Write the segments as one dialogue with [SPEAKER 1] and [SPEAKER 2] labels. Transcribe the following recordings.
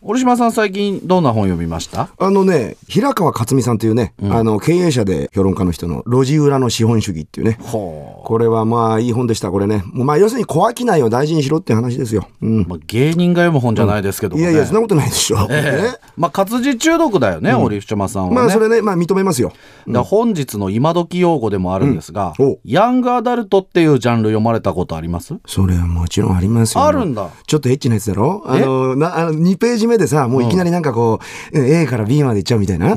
[SPEAKER 1] 折島さん最近どんな本読みました
[SPEAKER 2] あのね、平川克美さんというね、あの、経営者で評論家の人の、路地裏の資本主義っていうね。
[SPEAKER 1] ほ
[SPEAKER 2] これはまあ、いい本でした、これね。もうまあ、要するに、小商いを大事にしろって話ですよ。うん。
[SPEAKER 1] う、まあ、芸人が読む本じゃないですけども、
[SPEAKER 2] い
[SPEAKER 1] ね
[SPEAKER 2] やいや、そんなことないでしょ。ね
[SPEAKER 1] まあ、活字中毒だよね、折島さんはね、
[SPEAKER 2] まあ、それね、まあ、認めますよ。
[SPEAKER 1] だから本日の今時用語でもあるんですが、
[SPEAKER 2] うんお
[SPEAKER 1] ヤングアダルトっていうジャンル読まれたことあります
[SPEAKER 2] それはもちろんありますよ。
[SPEAKER 1] あるんだ
[SPEAKER 2] ちょっとエッチなやつだろあの、な、あの、2ページ目でさ、もういきなりなんかこう、え A から B まで行っちゃうみたいな。違う
[SPEAKER 1] 違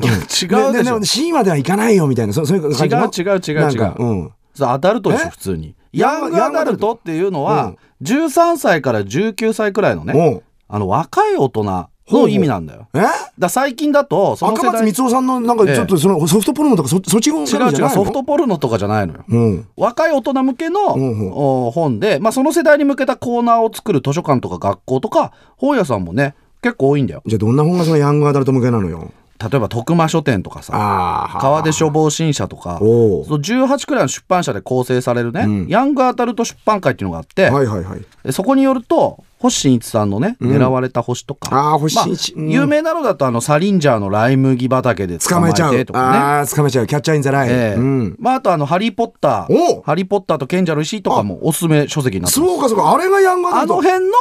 [SPEAKER 1] うでしょ
[SPEAKER 2] C までは行かないよみたいな、そそういう
[SPEAKER 1] 違う
[SPEAKER 2] 感じの
[SPEAKER 1] 違う違う違う
[SPEAKER 2] なんかうん。
[SPEAKER 1] そうアダルトでしょ
[SPEAKER 2] え
[SPEAKER 1] 普通にヤ
[SPEAKER 2] ヤン
[SPEAKER 1] ン
[SPEAKER 2] グ
[SPEAKER 1] グアダルトっていうのは、13歳から19歳くらいのね
[SPEAKER 2] もう。
[SPEAKER 1] あの若い大人
[SPEAKER 2] ほ
[SPEAKER 1] の
[SPEAKER 2] う
[SPEAKER 1] 意味なんだよだか
[SPEAKER 2] え
[SPEAKER 1] ら最近だとその
[SPEAKER 2] 赤
[SPEAKER 1] 世代
[SPEAKER 2] 松
[SPEAKER 1] 違う
[SPEAKER 2] 光夫さんのなんかちょっとそのソフトポルノとかそそっち側からじ
[SPEAKER 1] 違う
[SPEAKER 2] ゃないの
[SPEAKER 1] ソフトポルノとかじゃないのよ
[SPEAKER 2] うん
[SPEAKER 1] 若い大人向けの、
[SPEAKER 2] うんうん
[SPEAKER 1] お本で、まあ、その世代に向けたコーナーを作る図書館とか学校とか本屋さんもね結構多いんだよ
[SPEAKER 2] じゃあどんな本がそのヤングアダルト向けなのよ
[SPEAKER 1] 例えば徳間書店とかさ
[SPEAKER 2] ああ
[SPEAKER 1] 川出処方新社とかそ
[SPEAKER 2] おう
[SPEAKER 1] の18くらいの出版社で構成されるね、ヤングアダルト出版会っていうのがあって、
[SPEAKER 2] はいはいはい
[SPEAKER 1] でそこによると星新一さんのね「狙われた星」とか、
[SPEAKER 2] あー星新一
[SPEAKER 1] まあ
[SPEAKER 2] うん
[SPEAKER 1] 有名なのだとあのサリンジャーのライ麦畑で捕
[SPEAKER 2] 捕ま
[SPEAKER 1] まえ
[SPEAKER 2] えちゃう
[SPEAKER 1] てとかね。
[SPEAKER 2] ああ捕まえちゃうキャッチャーインザライン、
[SPEAKER 1] ええ
[SPEAKER 2] うん
[SPEAKER 1] まあ、あとあの「ハリー・ポッター」
[SPEAKER 2] おう
[SPEAKER 1] 「ハリー・ポッターと賢者の石」とかもおすすめ書籍になってます
[SPEAKER 2] そうかそうかあれがヤングアダ
[SPEAKER 1] あ
[SPEAKER 2] ルト
[SPEAKER 1] の辺の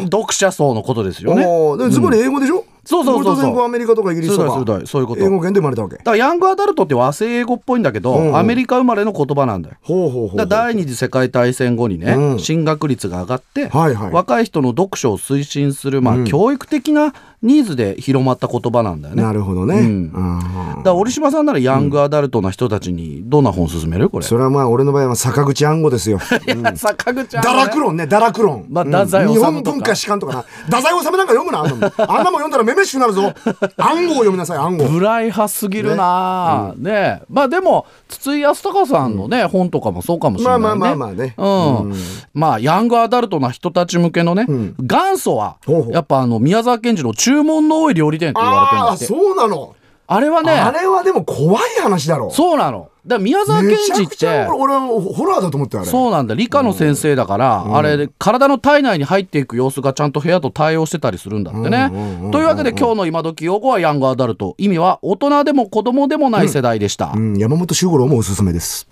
[SPEAKER 2] あ
[SPEAKER 1] 読者層のことですよね。
[SPEAKER 2] おーでズバリ英語でしょ、
[SPEAKER 1] そうそうそうそう
[SPEAKER 2] 俺と全部アメリカとかイギリスとか
[SPEAKER 1] 鋭い鋭いそういうこと
[SPEAKER 2] 英語圏で生まれたわけ
[SPEAKER 1] だからヤングアダルトって和製英語っぽいんだけど、
[SPEAKER 2] うんうん
[SPEAKER 1] アメリカ生まれの言葉なんだよ。
[SPEAKER 2] ほうほうほう
[SPEAKER 1] だから第二次世界大戦後にね、
[SPEAKER 2] うん
[SPEAKER 1] 進学率が上がって、
[SPEAKER 2] はいはい
[SPEAKER 1] 若い人の読書を推進する、まあ教育的なニーズで広まった言葉なんだよね。
[SPEAKER 2] なるほどね、
[SPEAKER 1] うん
[SPEAKER 2] あ
[SPEAKER 1] だか
[SPEAKER 2] ー
[SPEAKER 1] ら折島さんならヤングアダルトな人たちにどんな本勧めるこれ。
[SPEAKER 2] それはまあ俺の場合は坂口安吾ですよ
[SPEAKER 1] いや坂口あん
[SPEAKER 2] 堕
[SPEAKER 1] ね
[SPEAKER 2] 落論ね堕落論、
[SPEAKER 1] まあ
[SPEAKER 2] うん
[SPEAKER 1] 太宰治
[SPEAKER 2] 日
[SPEAKER 1] とか
[SPEAKER 2] 本文化史観とかな太宰治なんか読むなあんなもんあんなもん読んだらめめしくなるぞ暗号を読みなさい暗号
[SPEAKER 1] ブライ派すぎるなあね,、えまあでも筒井康隆さんのね、本とかもそうかもしれないね
[SPEAKER 2] まあまあまあまあね
[SPEAKER 1] うんまあヤングアダルトな人たち向けのね、元祖は
[SPEAKER 2] ほうほう
[SPEAKER 1] やっぱあの宮沢賢治の注文の多い料理店って言われてるんだ
[SPEAKER 2] ああ
[SPEAKER 1] って
[SPEAKER 2] そうなの、
[SPEAKER 1] あれはね
[SPEAKER 2] あれはでも怖い話だろ
[SPEAKER 1] そうなのだから宮沢
[SPEAKER 2] め
[SPEAKER 1] 賢
[SPEAKER 2] ち
[SPEAKER 1] 治
[SPEAKER 2] ゃ
[SPEAKER 1] っ
[SPEAKER 2] くちゃ
[SPEAKER 1] て
[SPEAKER 2] 俺俺はホラーだと思ったよあれ
[SPEAKER 1] そうなんだ理科の先生だから、あれ体の体内に入っていく様子がちゃんと部屋と対応してたりするんだってね、
[SPEAKER 2] うんうんうんうん
[SPEAKER 1] というわけで今日の今時用語はヤングアダルト意味は大人でも子供でもない世代でした、
[SPEAKER 2] うん、山本周五郎もおすすめです